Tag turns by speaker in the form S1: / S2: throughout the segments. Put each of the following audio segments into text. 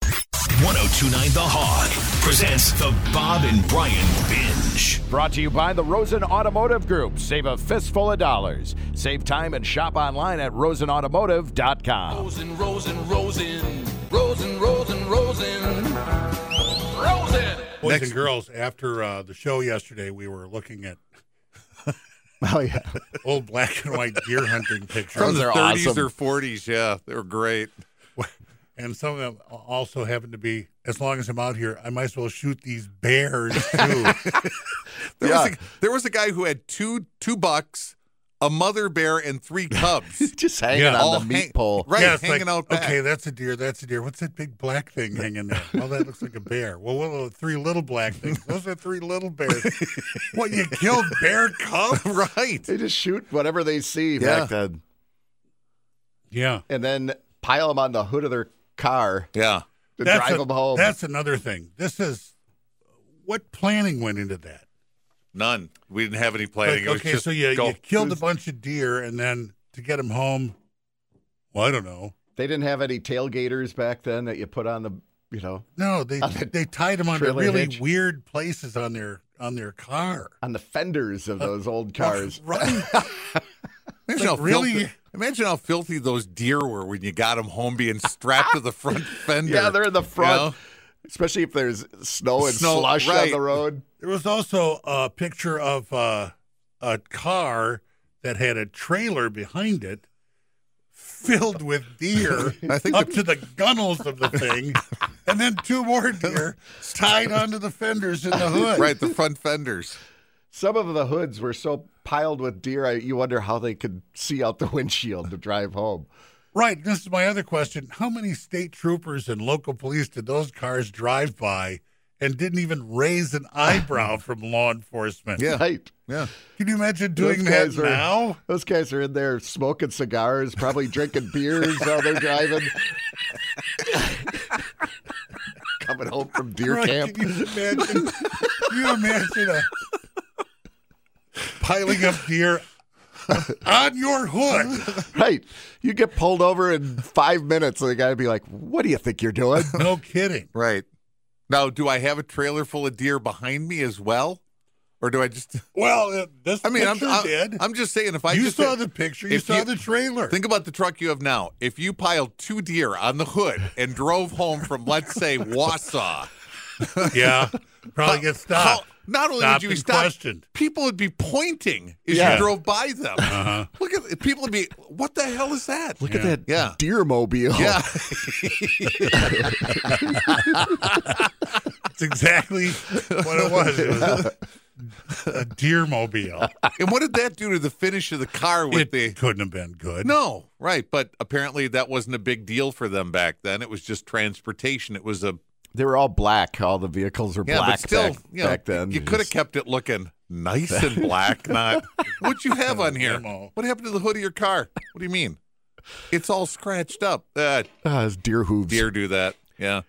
S1: 1029 The Hog presents the Bob and Brian Binge.
S2: Brought to you by the Rosen Automotive Group. Save a fistful of dollars. Save time and shop online at rosenautomotive.com.
S3: Rosen, Rosen, Rosen, Rosen, Rosen, Rosen, Rosen.
S4: Boys and girls, after uh, the show yesterday, we were looking at
S5: Oh yeah,
S4: old black and white deer hunting pictures,
S6: from the
S7: are
S6: 30s
S7: awesome.
S6: or 40s. Yeah, they were great.
S4: and some of them also happened to be. As long as I'm out here, I might as well shoot these bears too.
S6: There, was
S7: Yeah.
S6: a, there was a guy who had two two bucks, a mother bear, and three cubs.
S7: just hanging
S4: Yeah.
S7: on
S6: all
S7: the
S6: hang-
S7: meat pole.
S6: Right,
S4: Yeah, it's
S6: hanging
S4: like,
S6: out back.
S4: Okay, that's a deer. That's a deer. What's that big black thing hanging there? Oh, that looks like a bear. Well, what are the three little black things? Those are three little bears. what you killed bear cub?
S6: right.
S7: They just shoot whatever they see back then,
S4: Yeah,
S7: and then pile them on the hood of their car
S6: Yeah.
S7: to
S4: that's
S7: drive
S4: a-
S7: them home.
S4: That's another thing. This is what planning went into that.
S6: None. We didn't have any
S4: Like,
S6: planning. it was
S4: okay,
S6: just
S4: so you,
S6: go.
S4: you killed a bunch of deer, and then to get them home, well, I don't know.
S7: they didn't have any tailgaters back then that you put on the, you know,
S4: No, they
S7: On the
S4: they tied them under
S7: trailer
S4: really
S7: hitch.
S4: weird places on their on their car.
S7: on the fenders of those old cars.
S4: Right?
S6: imagine,
S4: like,
S6: how
S4: really?
S6: filthy, imagine how filthy those deer were when you got them home being strapped to the front fender.
S7: Yeah, they're in the
S6: you
S7: front,
S6: know?
S7: especially if there's snow and
S6: Snow,
S7: slush on
S6: right.
S7: the road.
S4: there was also a picture of uh, a car that had a trailer behind it filled with deer
S6: I think
S4: up to the gunnels of the thing, and then two more deer tied onto the fenders in the hood.
S6: Right, the front fenders.
S7: Some of the hoods were so piled with deer, I, you wonder how they could see out the windshield to drive home.
S4: Right. This is my other question. How many state troopers and local police did those cars drive by and didn't even raise an eyebrow from law enforcement?
S6: Yeah.
S7: Right.
S6: Yeah.
S4: Can you imagine
S7: Those
S4: doing that
S7: guys are-
S4: now?
S7: Those guys are in there smoking cigars, probably drinking beers while they're driving. Coming home from deer
S4: Right,
S7: camp.
S4: Can you imagine? can you imagine a piling up deer on your hood?
S7: Right. You get pulled over in five minutes, and the guy would be like, What do you think you're doing?
S4: No kidding.
S6: Right. Now, do I have a trailer full of deer behind me as well? Or do I just.
S4: Well, uh, this
S6: I mean, I'm,
S4: picture
S6: I'm-
S4: did.
S6: I'm just saying, if I
S4: you
S6: just
S4: saw the picture. You
S6: if
S4: saw
S6: you-
S4: the trailer.
S6: Think about the truck you have now. If you piled two deer on the hood and drove home from, let's say, Wausau,
S4: yeah. Probably get
S6: how,
S4: stopped.
S6: not only
S4: Stopped
S6: would you be
S4: and
S6: stopped,
S4: questioned.
S6: people would be pointing as
S4: Yeah.
S6: you drove by them. Look at people would be, what the hell is that?
S7: Look
S4: Yeah.
S7: at that
S6: Yeah.
S7: deer mobile.
S6: yeah,
S4: That's exactly what it was. It was a deer mobile.
S6: and what did that do to the finish of the car with
S4: It
S6: the?
S4: couldn't have been good.
S6: No, right, but apparently that wasn't a big deal for them back then. It was just transportation. It was a
S7: They were all black. All the vehicles were
S6: yeah,
S7: black
S6: but still,
S7: back,
S6: you know,
S7: back then.
S6: you could have kept it looking nice and black. Not what you have on here.
S4: Demo.
S6: What happened to the hood of your car? What do you mean? It's all scratched up. Uh,
S7: Ah, it's deer hooves.
S6: deer do that. Yeah,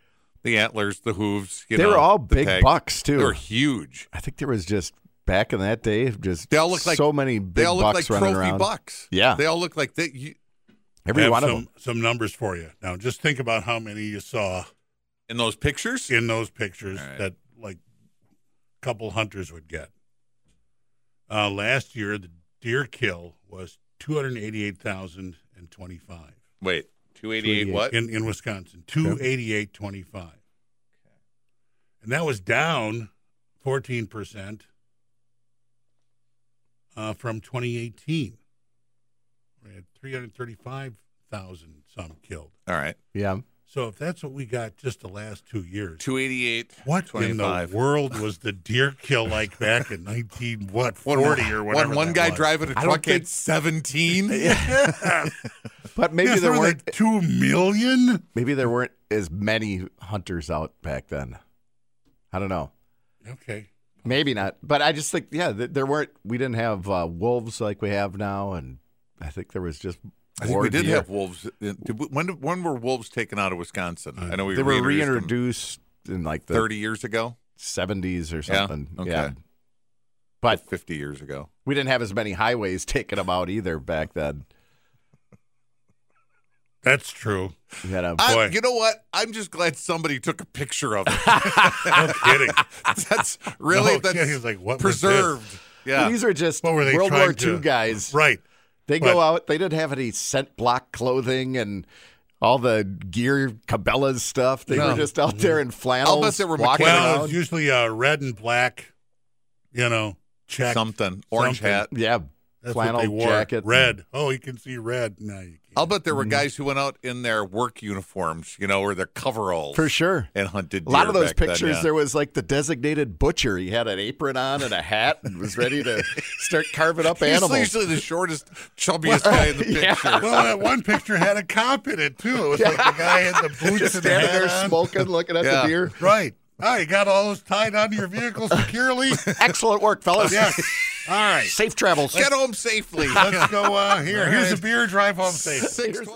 S6: the antlers, the hooves. You
S7: they
S6: know,
S7: were all
S6: the
S7: big
S6: tag.
S7: bucks,
S6: They
S7: too.
S6: were huge.
S7: I think there was just back in that day, just
S6: They all look like
S7: so many big
S6: They all look
S7: bucks
S6: like
S7: running
S6: trophy
S7: around.
S6: bucks.
S7: Yeah.
S6: they all look like that. You,
S4: I
S7: Every
S4: have
S7: one
S4: some,
S7: of them.
S4: some numbers for you. Now, just think about how many you saw
S6: in those pictures.
S4: in those pictures
S6: All right.
S4: that like a couple hunters would get. Uh, last year, the deer kill was 288,025
S6: Wait, two eighty eight. What?
S4: in, in Wisconsin. 288,25. And that was down 14% uh, from 2018. We had 335,000 some killed.
S6: all right,
S7: Yeah.
S4: So if that's what we got just the last two years,
S6: two eighty eight.
S4: what in the
S6: 25.
S4: world was the deer kill like back in nineteen what forty or whatever?
S6: One, one
S4: that
S6: guy
S4: was?
S6: driving a
S7: I don't
S6: truck
S7: think-
S6: at seventeen.
S7: But maybe
S4: Yes,
S7: there
S4: were
S7: weren't
S4: like two million.
S7: maybe there weren't as many hunters out back then. I don't know.
S4: Okay,
S7: Maybe not. But I just think yeah, th- there weren't we didn't have uh, wolves like we have now and I think there was just
S6: I think
S7: more
S6: we did
S7: deer.
S6: have wolves. in- did we- When when were wolves taken out of Wisconsin? I know we
S7: Uh, They were
S6: reintroduced
S7: reintroduced
S6: them
S7: in like the
S6: thirty years ago,
S7: 70s or
S6: Yeah?
S7: something.
S6: Okay.
S7: But
S6: fifty years ago.
S7: we didn't have as many highways taking them out either back then.
S4: That's true.
S7: We had a
S6: I,
S4: Boy.
S6: you know what? I'm just glad somebody took a picture of it.
S4: No kidding.
S6: That's really
S7: Oh,
S4: No
S6: that's
S4: kidding. He's like, "What was this?"
S6: preserved. Yeah.
S7: These are just
S4: What were they
S7: World
S4: trying
S7: War II
S4: to-
S7: guys.
S4: right.
S7: They
S4: But-
S7: go out. They didn't have any scent block clothing and all the gear, Cabela's stuff. They
S6: No.
S7: were just out there in flannels.
S6: there were
S7: walking
S6: mechanics.
S4: Well,
S7: around.
S4: it's usually uh, red and black, you know, check.
S6: Something. Orange
S4: Something.
S6: hat.
S7: yeah,
S4: That's
S7: flannel
S4: what they wore.
S7: jacket,
S4: Red. Oh, you can see red. No, you can't.
S6: I'll bet there
S7: Mm-hmm.
S6: were guys who went out in their work uniforms, you know, or their coveralls
S7: for sure.
S6: and hunted.
S7: A lot
S6: deer
S7: of those
S6: back then,
S7: pictures,
S6: yeah.
S7: there was like the designated butcher. He had an apron on and a hat and was ready to start carving up
S6: He's
S7: animals.
S6: usually the shortest, chubbiest guy in the picture.
S7: Yeah.
S4: well, that one picture had a cop in it too. It was like the guy had the boots
S7: Just
S4: and the
S7: standing
S4: hat
S7: there
S4: on.
S7: smoking, looking at
S6: Yeah.
S7: the deer.
S4: Right. Oh, you got all those tied onto your vehicle securely.
S7: Excellent work, fellas.
S4: yeah. All right.
S7: Safe travels.
S6: Get home safely.
S4: Let's go uh, here. Here's a beer. Drive home safe.
S6: Six-